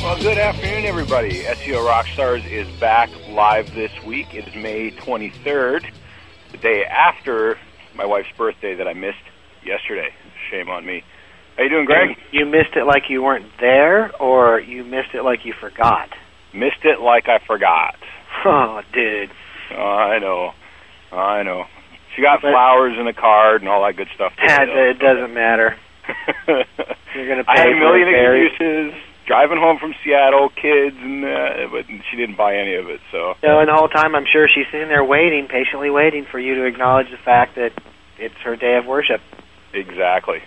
Well, good afternoon, everybody. SEO Rockstars is back live this week. It is May 23rd, the day after my wife's birthday that I missed yesterday. Shame on me. How you doing, Greg? You missed it like you weren't there, or you missed it like you forgot. Missed it like I forgot. Oh, dude. Oh, I know. I know. She got But- flowers and a card and all that good stuff. That- it doesn't matter. You're gonna I pay had a for million it, Barry. excuses. Driving home from Seattle, kids, and uh, but she didn't buy any of it. So No, and the whole time I'm sure she's sitting there waiting, patiently waiting for you to acknowledge the fact that it's her day of worship. exactly,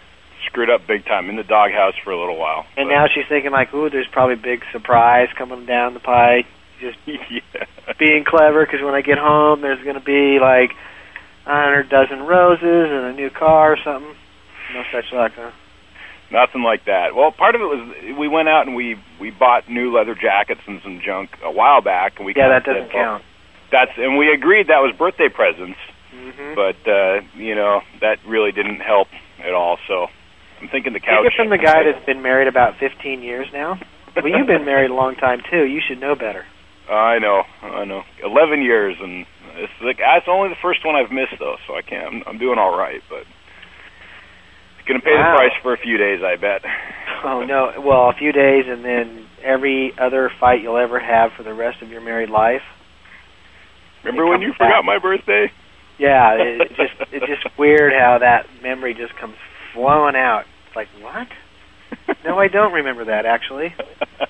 screwed up big time in the doghouse for a little while. And But- now she's thinking like, ooh, there's probably a big surprise coming down the pike. Just yeah. being clever because when I get home, there's gonna be like a hundred dozen roses and a new car or something. No such luck, huh? Nothing like that. Well, part of it was we went out and we we bought new leather jackets and some junk a while back, and we Yeah, kinda that doesn't said, well, count. That's and we agreed that was birthday presents, Mm-hmm. but uh, you know that really didn't help at all. So I'm thinking the couch. Take it from the guy that's been married about 15 years now. Well, you've been married a long time too. You should know better. I know, I know. Eleven years, and it's like that's only the first one I've missed though, so I can't. I'm, I'm doing all right, but gonna pay Wow. the price for a few days, I bet. Oh no! Well, a few days, and then every other fight you'll ever have for the rest of your married life. Remember It when comes you back. forgot my birthday? Yeah, it, it just it's just weird how that memory just comes flowing out. It's like what? No, I don't remember that actually,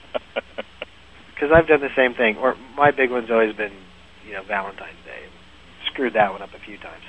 because I've done the same thing. Or my big one's always been, you know, Valentine's Day. Screwed that one up a few times.